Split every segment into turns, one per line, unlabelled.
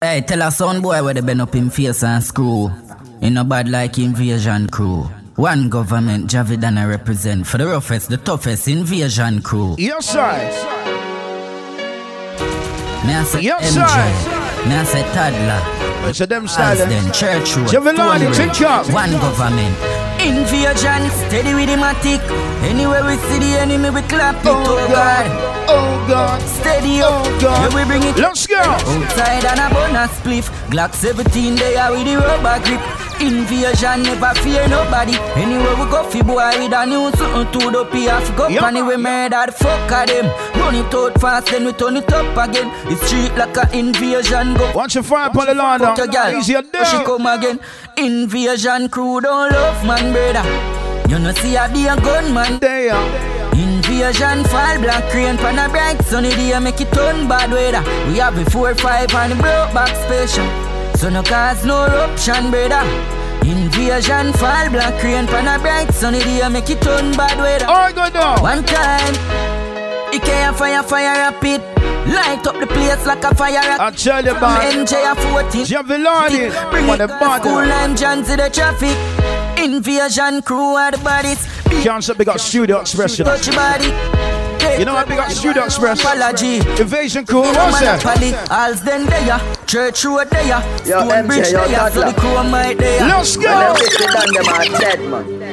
Hey, tell a sound boy where they been up in face and screw. In a bad like invasion crew. One government Javidan I represent for the roughest, the toughest invasion crew.
Your side.
Now say
Yup,
MJ. Now say toddler.
So them
As
silent.
then church road.
Javilani,
Stone
take
Road,
charge.
One government. Invasion steady with him a tick. Anywhere we see the enemy, we clap it.
Oh
Oh God.
God. Oh God.
Steady up.
Oh God.
Yeah, we bring it
Let's go.
Outside and a bonus spliff Glock 17 they are with the rubber grip Invasion never fear nobody Anywhere we go fi boy with a new something to the PF go yep.
Yup.
Anyway murder the fuck of them Run it out fast then we turn it up again It's street like a invasion go
Watch your fire upon the lawn
Fuck your
now.
girl
Easy and
But she
down.
come again Invasion crew don't love man brother You know see I be a gunman
There.
Invasion fall black rain pan a bright sunny day make it turn bad weather. We have a four five and broke back special, so no cause no eruption, brother. Invasion fall black rain pan a bright sunny day make it turn bad weather.
All go down.
One time, Ikea fire fire rapid, light up the place like a fire
I
rocket.
tell you,
From
man.
NJ a 14.
Javilani.
Bring
On
it
the
to school,
body.
I'm John to the traffic. Invasion crew are the bodies.
Can't say big up Studio Expression.
Touch your body.
You know I big up Studio Express.
Apology.
Invasion crew.
No
What's that?
monopoly. All's then there. Church road there.
Yo,
Stone
MJ,
bridge
yo,
there. So
Dadla.
the crew might there.
Let's
When
go.
them fifty done, them are dead, man.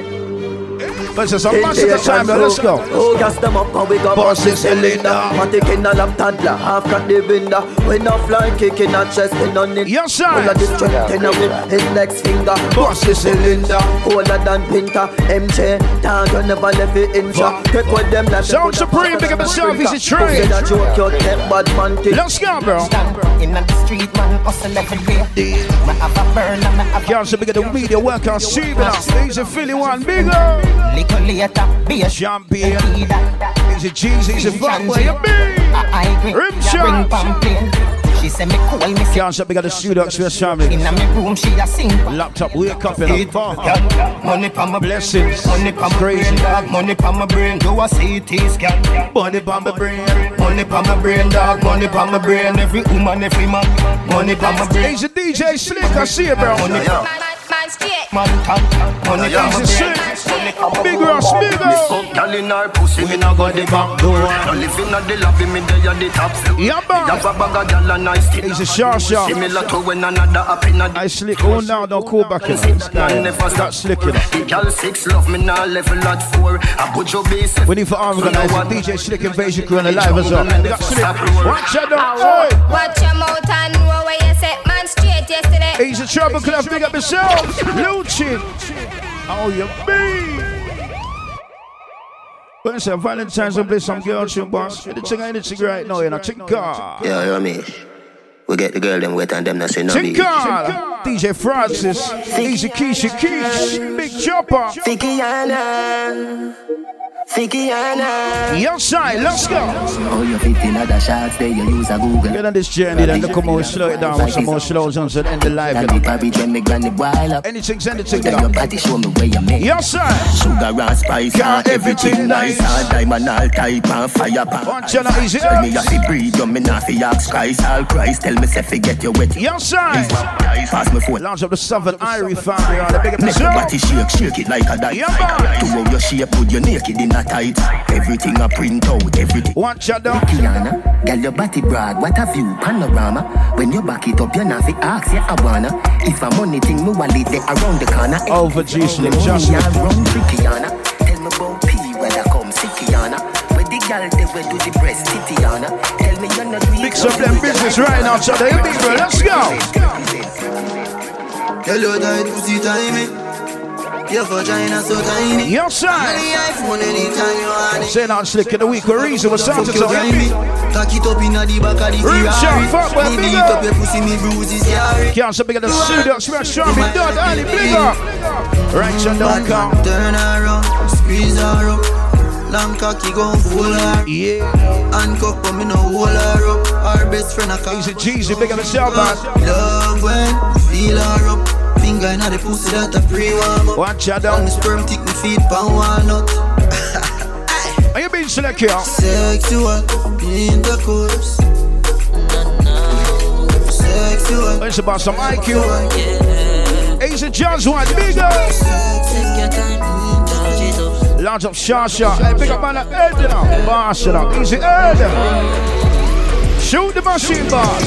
Let's just a massive time. now. Let's go.
Oh, gas them up and we go
Boss is Elena.
Matic in a lap toddler, half cut the window. When a flying kick in a chest, in on it.
Yes, sir.
Full of the strength in a whip, his next finger.
Boss is Linda.
Colder than Pinter, MJ, Tag, you never left it in shot. Take what them like
Sound Supreme, big up yourself, it's a train.
Say that joke, you take bad man, kick.
Let's go, bro.
Stand in the street, man, hustle every day. Me have a burn and me have
Can't say big up the media. Work on Steven. Easy Philly one. Big up.
a little later. Be a
Champion.
Be that.
Easy cheese. Easy fuck. Where you be?
I agree.
Rim
Yeah, Bring
shot.
pumping. She say me cool, me say
Can't say big up the Studio Express family.
in me room she a sing.
Laptop, wake up in a bar.
Yeah, Money pa my
Blessings.
Money pa my
Crazy.
brain, dog. Money pa my brain. Do a CT scan.
Bunny bomber brain.
Money pa my brain, dog. Money pa my brain. Every woman, every man. Money pa my brain.
He's a DJ Slick, I see it, bro.
Money
Yeah.
man, top. Money pa my
He's a
brain.
sick. Big Ross, big Ross.
Fuck girl in her pussy, me no go the back door. No live in the lobby, me day at the top floor.
Yeah, man.
Me have a bag of girl and I still
He's a sharp shot.
Similar to when another up in
I
a
slick. Oh, now don't call back in. Start slicking.
The girl six love me now level at four. I put your base.
We need for organizing DJ Slick Invasion Crew on the live as well. Big up Slick. Watch out, dog.
Watch your mouth and know where you set man straight yesterday.
Hey, He's a trouble club. Big up yourself. Luchin. How you be? When it's a Valentine's, we play some girl tune, boss. Anything, anything right now, you know. Tinker.
Yeah, you know me. We get the girl them wet and them not say no
Tinker.
be.
DJ Francis. Easy Keisha Keish. Big Chopper.
Fikiana. Fikiana.
Your side. Let's go.
Oh, you 15 other shots there, you use a Google.
Get on this journey, then look how we slow it down with some more slow jumps and end the live, you
Daddy
know.
carry when me granny wild up.
Anything's anything, you
Tell your
know.
body show me where you make.
Your side.
Sugar and spice
Got
and everything
everything
nice.
nice.
All diamond, all type and fire pan.
Want you know, easy
Tell me
ups.
if you breathe, you me not fi ask Christ. All Christ tell me say forget you wet.
Your side.
Pass me phone.
Launch up the Southern Irie family on the big up
Make your body
yourself.
shake, shake it like a dice.
Yeah, man.
To how your shape, put your naked in a tight. Everything I print out, everything.
Watch out, dog.
Kiana, girl, your body broad, what a view, panorama. When you back it up, you're not fi ask, yeah, I wanna. If I'm on it, me wallet there around the corner.
Over G-Slick,
Oh,
just-
me, I run for Kiana. Tell me about P when I come, see Kiana. Where the girl, they will do the breast, Titiana. Tell me you're not real.
Mix up them business right now, so they big bro. Let's go.
Hello, that pussy timing. eh? Your vagina so tiny.
Your side.
The iPhone anytime you want it.
Say now, slick in the week. Or reason was
Fuck
something
your
so
timing.
happy.
Cock it up inna the back of the
Real shot, fuck, well,
Me
big
beat
up.
up your pussy, me bruises, yeah. eh?
Can't say bigger than suit up, smash shot, be done, early, big up. Right, you don't
Bad man,
count.
turn her around, squeeze her up. Long cocky gon' fool her.
Yeah.
Handcuff, but me no hold her up. Her best friend a cock.
Easy Jeezy, bigger than yourself, man.
Love when you feel her up. Finger inna the pussy that I pre-warm up.
Watch out,
And
dog.
the sperm tick me feet pound walnut.
Are you being slick here?
Sexual intercourse. Sexual
It's about some IQ. Asian John's one. Big up. Lounge up Shasha. Hey, big up man. Head it up. Boss it up. Easy head. Shoot the machine boss.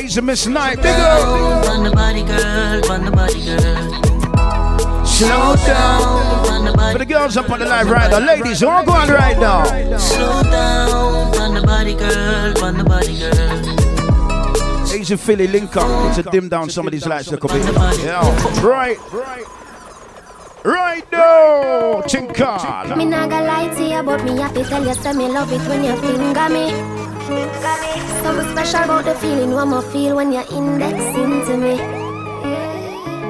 Easy Miss Knight. Big up.
Run the body girl, run the body girl.
Slow down.
Run the body
For the girls up on the live right now. Ladies, who are going right now?
slow down, run the body girl, run the body girl.
Asian Philly link up to dim down some of these lights a bit. Yeah. Right. Right now. Tinkan.
Me nah gonna lie to you, but me happy tell you, say me love it when you finger me. Something special about the feeling what me feel when you're indexing to me.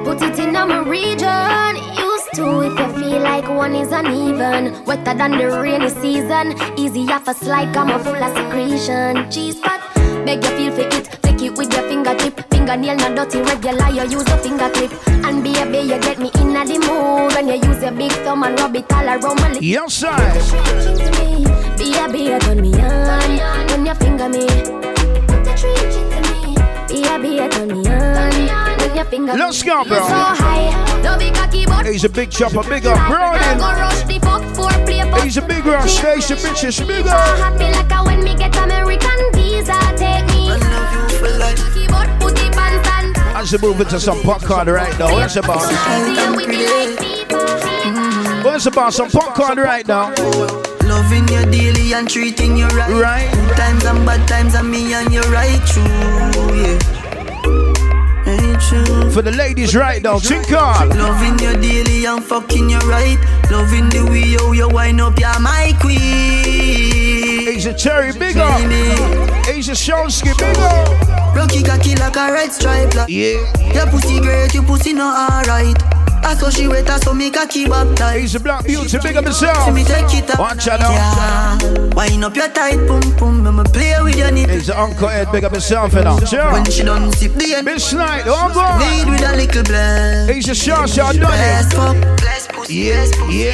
Put it in my region. Used to if you feel like one is uneven. Wetter than the rainy season. Easy off a slide, come a full of secretion. Cheese pot, make you feel for it. Take it with your fingertip. Fingernail not dirty, regular, you use a finger clip. And baby, you get me in the mood. When you use your big thumb and rub it all around my lips.
Yes, sir.
Baby, you turn me on. When you finger me. Baby, you turn me on. When you finger me.
Let's go,
So
bro.
high, don't be cocky, but
He's a big chopper, big up,
I go
Brody.
rush the fuck for play but
He's a big round station, bitches, big up.
happy like a when me get American visa Take me
I love you for life.
cocky, but put it on stand
As you move into some popcorn right now, what's about?
See you with the light people
What's about some popcorn right now?
Loving you daily and treating you right.
Right.
Good times and bad times and me and you right true, yeah. Ain't true.
For the ladies right now, Tinkan.
Loving you daily and fucking you right. Loving the way how you wind up, you're my queen.
He's a cherry, big up.
Baby,
He's a Shonsky, big up.
rocky cocky like a red stripe. Like.
Yeah.
Your pussy great, your pussy not alright. I saw she wet, I saw me cocky baptized.
He's a black beauty, big up
See me
himself.
take it up.
Watch out now.
Yeah. Wind up your tight pum pum, I'ma play with your nipple.
He's a uncle Ed, big up himself, you know. Sure.
When she done sip the end,
Miss Knight, oh God.
lead with a little blend.
He's a Shasha, done
Best
it.
fuck, best pussy,
Yeah,
best pussy.
yeah.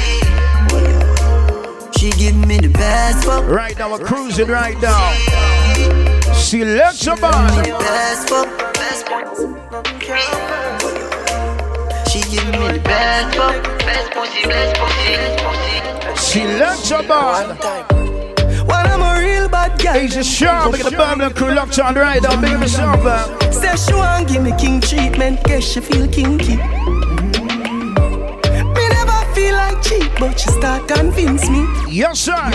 She give me the best fuck,
Right now, we're cruising right now. Select somebody.
best fuck, best pussy. She give me the best fuck, best pussy, best pussy, best pussy.
Select somebody.
Well, I'm a real bad guy.
He's a sharp. Look at the Birmingham crew locked on right now. Big up yourself, man.
Say she want give me king treatment, guess she feel kinky. Me never feel like cheap, but she start convince me.
Yes, sir.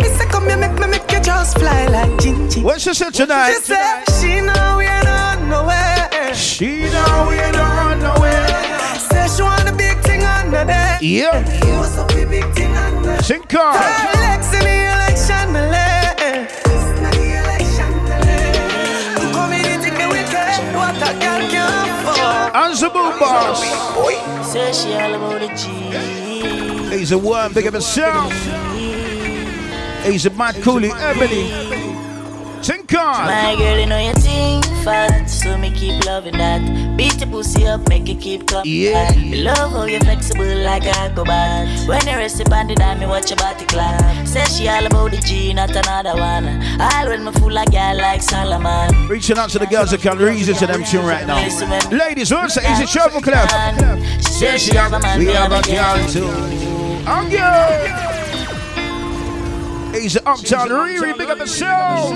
Me say come here, make me make you just fly like Gingy.
What's she said
She
tonight?
say she know we not nowhere.
She know we don't know it.
Say she want a big thing under there.
Yeah,
You want some big thing under there.
sink car.
Legs in the election, me lay. You come in and take me with you, what a girl can for.
Answer boom boss.
Say she all about the G.
He's a worm, big up himself. He's a mad coolie, Ebony. Sink car.
My girl, you know you think fat, so me keep loving that. Beat your pussy up, make it keep coming
Yeah.
back. Me love how you flexible like a acrobat. When you rest upon the dime, me watch your body clap. Say she all about the G, not another one. All when me fool a girl like Solomon.
Reaching out to the girls that can reason to them tune right now. Ladies, what's it? He's a travel club.
She say she have a man,
We
me
have a
girl.
girl too. I'm good. He's an uptown Riri, big up himself.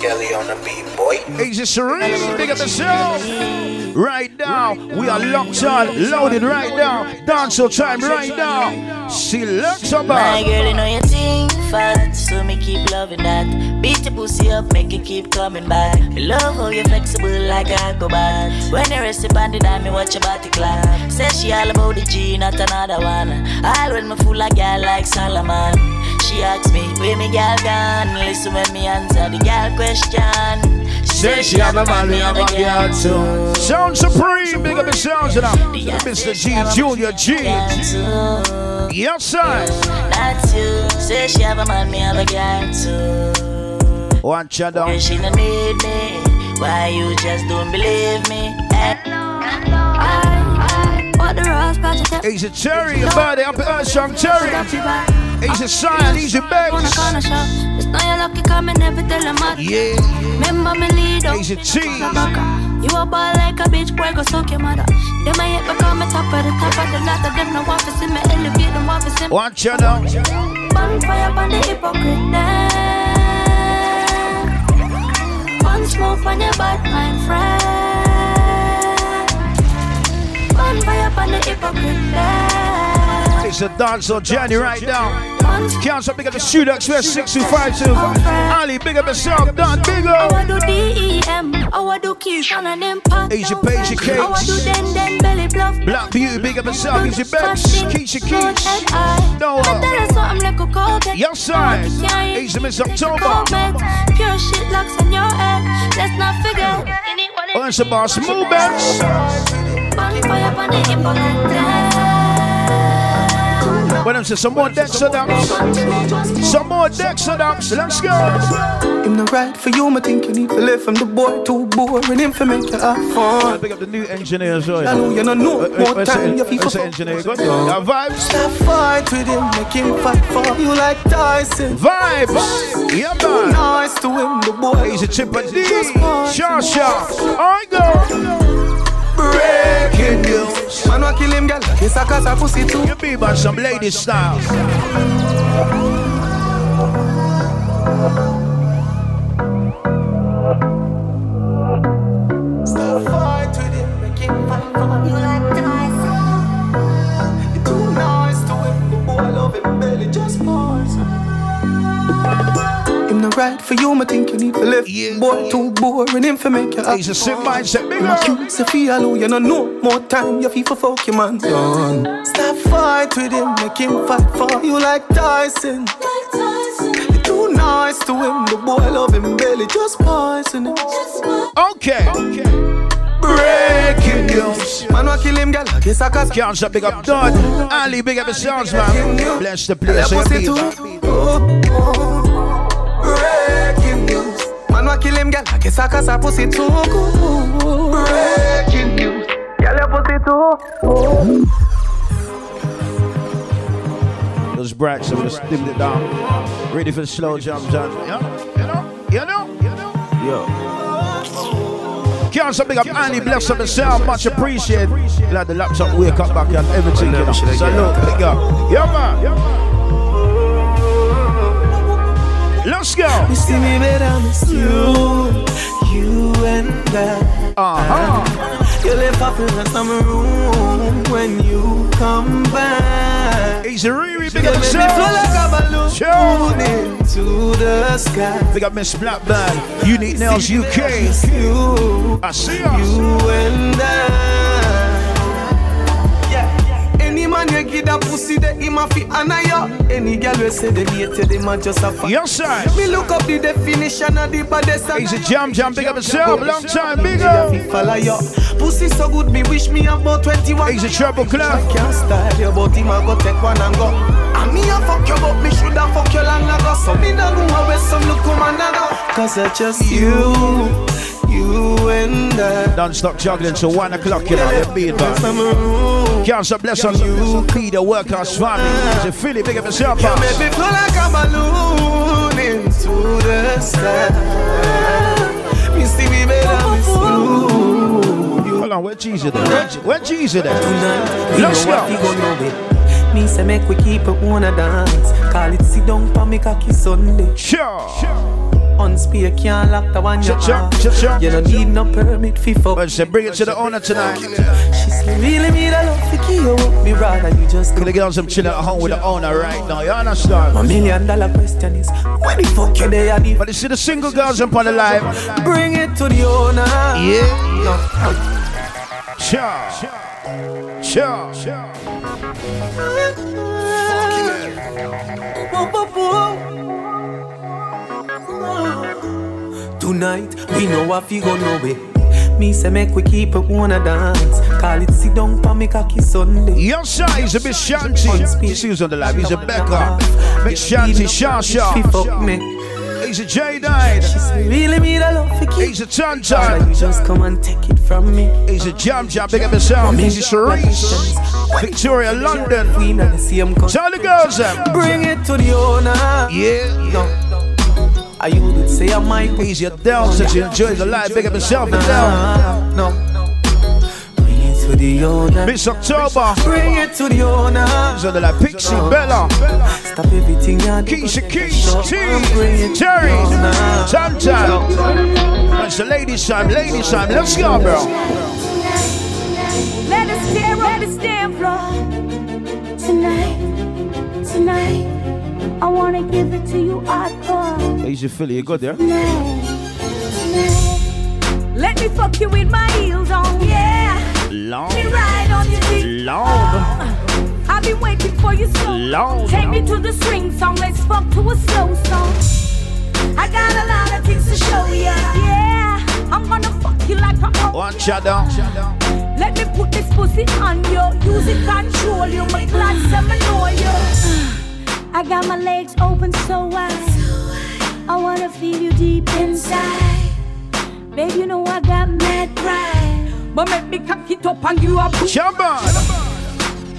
Kelly on the beat, boy.
Asia Serene, big up yourself. Right now, we are locked on, loaded right now. Dancehall time right now. She looks
My
about.
girl, you know you think fat, so me keep loving that. Beat your pussy up, make it keep coming back. Me love how you flexible like a acrobat. When you rest upon the dime, me watch your body clap. Say she all about the G, not another one. All when me fool a girl like Solomon. She asks me, where me girl gone? Listen when me answer the girl question. She say she have a man, me have a girl too.
Sound Supreme, big up the sounds of them.
The girl
Mr.
say she have
G,
a
Junior G.
girl too.
Yes, sir.
That's you. Say she have a man, me have a girl too.
Watch out,
Girl,
down.
she don't need me. Why you just don't believe me? Eh,
What the rose about to tell
Asia Cherry, your body up at Earth, Sean Cherry.
Got you back
Easy sign, easy
Wanna
bags.
corner shop. It's not your lucky coming every day la mata.
Yeah.
Remember me leader.
Easy cheese.
You a ball like a bitch, boy, go suck your mother. They might hit become a top of the top of the ladder. Them no one for see me elevate, no one for see me.
Watch out now.
Bonfire on the hypocrite them. One smoke on your bad mind friend. Bonfire on the hypocrite them.
It's a dancehall journey right now. Council, big up the shooter, Express 6252. Ali, big up yourself, Don, big
I
up.
want to DEM, I want to keep on an impact.
Easy Paisley
I want to
Cakes.
then then belly bluff.
Black Beauty, big up yourself, Easy Bex, Keisha Keys.
No, I tell us something like a cold
Your side, uh. Easy Miss October.
Pure shit locks on your head. Let's not forget.
Once about smooth bands.
Bonfire on the impact.
When I'm saying some more decks of them. Some more decks of them. Let's go.
Him the right for you, I think you need to live from the boy too boring. Him for make you have fun.
Big up the new engineer as well.
I know you don't know.
Uh, uh,
More
where's
time,
the-
you feel
where's the
for-
engineer? Go on. Now, vibes.
Stop fight with him, make him fight for you like Tyson.
Vibe, yeah man.
Too nice to him, the boy.
He's a chipper D.
Shaw,
Shaw. I go.
Breaking news. Man, what kill him, girl? Yes, I cause I pussy too.
You be by some lady style.
Stop fight with him, make him fight for you like Tyson. Too nice to him, the boy love him belly just pours. Him the right for you, I think you need to live. Boy, too boring, him for make you up.
He's a sick mindset, big
Him a
up.
cute Sophia Lou, you no know more time, you feel for fuck your man done. Stop fight with him, make him fight for you like Tyson. You're too nice to him, the boy love him belly just poison him.
Okay.
Breaking news. Man, what kill him, girl? Kiss a cuss.
Counts up, big up, Don. Ali, big up the sounds, man. Bless the
é
place.
Pussy
yeah,
too.
man.
Oh, oh. Breaking news. Man, what kill him, girl? Kiss a cuss. A pussy too. Breaking news. Girl,
é
your pussy too. Oh.
Those brats have just dimmed it down. Ready for the slow jump, John. You know, you know, you know. Yo. Counts up, big up, Annie. Bless up the sound. Much appreciated. Glad the laptop wake up back and everything. You know. Salute, big up. Yeah, man. Yeah, man. Let's go.
You see me, but I miss you. You and I.
Uh-huh.
You live up in the summer room when you come back.
He's a really
big up
yourself.
flow like a balloon
Show.
into the sky.
Big up Miss Blackburn. Unique Nails UK.
You,
I see
you and I.
Any man you give that pussy, the him a fi honor you. Any girl we say they hate you, they man just a fuck.
Yes, sir.
Me look up the definition of the baddest.
He's a jam jam. Big up yourself.
Jump,
Long time. Big
Me
up.
follow you. Pussy so good, me wish me about 21.
He's a trouble
I
club.
can't style you, but him a go take one and go. And me a fuck you, but me shoulda fuck you long ago. So me nah go away, some look woman a go.
Cause I just you, you and I.
Don't stop juggling till one o'clock, you know. You're being bad. Cancer bless on you. Peter Workhouse family. He's a Philly. Big up yourself.
You make me feel like a balloon into the sky. Me see me better, miss you.
Hold on, where Jesus at? Where, Je- where Jesus at?
You
Let's
know what we
go.
gonna do. Me say make we keep it wanna dance. Call it sit down for me cocky Sunday.
Sure.
On speak can't lock the one you
Cha-cha,
are.
cha-cha.
You don't need no permit fi fuck.
Well, say bring it to the owner tonight.
She say really me the love fi key you up. Me rather you just
Gonna get on some chill at home with the owner right now. You understand?
My million dollar question is where the fuck you there?
But you see the single girls up on the live.
Bring it to the owner.
Yeah.
No.
Sure. Sure.
Tonight, we know what we gonna way. Me say make we keep it wanna dance. Call it sit down for me cocky Sunday.
Your side is a bit shanty. He's who's on the live. He's a Becca. Big shanty. Sha
She
Sha.
fuck me.
He's a J Dine.
Really me the love for
He's a chan chan.
Just come and take it from me.
He's a jam jam. Big up yourself. He's a Sharice. Victoria, London.
We not the same
Tell the girls eh? them.
Bring it to the owner.
Yeah.
No. Are you would say I might
He's your down since you enjoy the life. Big up yourself and down.
No. Bring it to the owner.
Miss October.
Bring it to the owner.
So they like Pixie Bella.
Stop everything I do.
Keisha Keys. Cheese. Terry. Tam Tam. That's the ladies' time. Ladies' time. Let's go, bro.
Let us tear up the stand floor tonight, tonight. I wanna give it to you hardcore.
He's your Philly. You good there?
Let me fuck you with my heels on, yeah.
Long.
Let me ride on your dick. Oh,
Long.
I've been waiting for you so.
Long.
Take me to the string song. Let's fuck to a slow song. I got a lot of things to show ya. Yeah, I'm gonna fuck you like a oh.
One shot down.
Let me put this pussy on you. Use it control you. My glass and my know you. I got my legs open so wide. I wanna feel you deep inside. Babe, you know I got mad pride. But make me cock it up and you are
Shabba.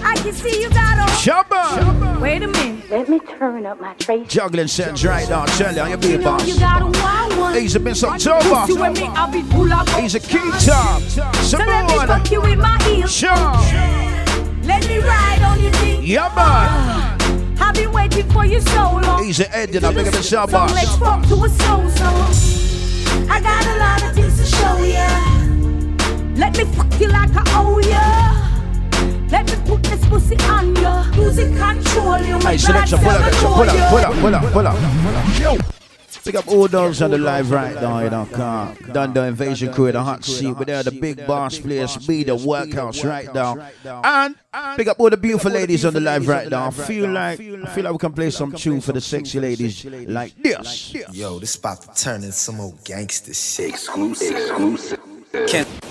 I can see you got on.
Shabba.
Wait a minute. Let me turn up my trace.
Juggling sets right now. Tell you, you be a boss.
You got a wild one.
He's a Miss
Pussy
October.
with me, I'll be pull up.
He's a key top.
So let me
Simone.
fuck you with my heels.
Sure.
Let me ride on your dick.
Yeah, man.
I've been waiting for you so long.
He's a Ed, and I'm making a
So
shot boss.
let's fuck to a soul song. I got a lot of things to show ya. Let me fuck you like I owe ya. Let me put this pussy on ya. Music control you.
Hey, selection, pull up, selection, pull up, pull up, pull up, pull up. Yo. Pick up all dogs on the live right now, you know, car. Done the invasion crew, the hot seat, but they're the big boss players, be the workhouse right now. And pick up all the beautiful ladies on the live right now. I feel like I feel like we can play some tune for the sexy ladies like this.
Yo, this about to turn into some old gangster shit. Exclusive. Exclusive. Can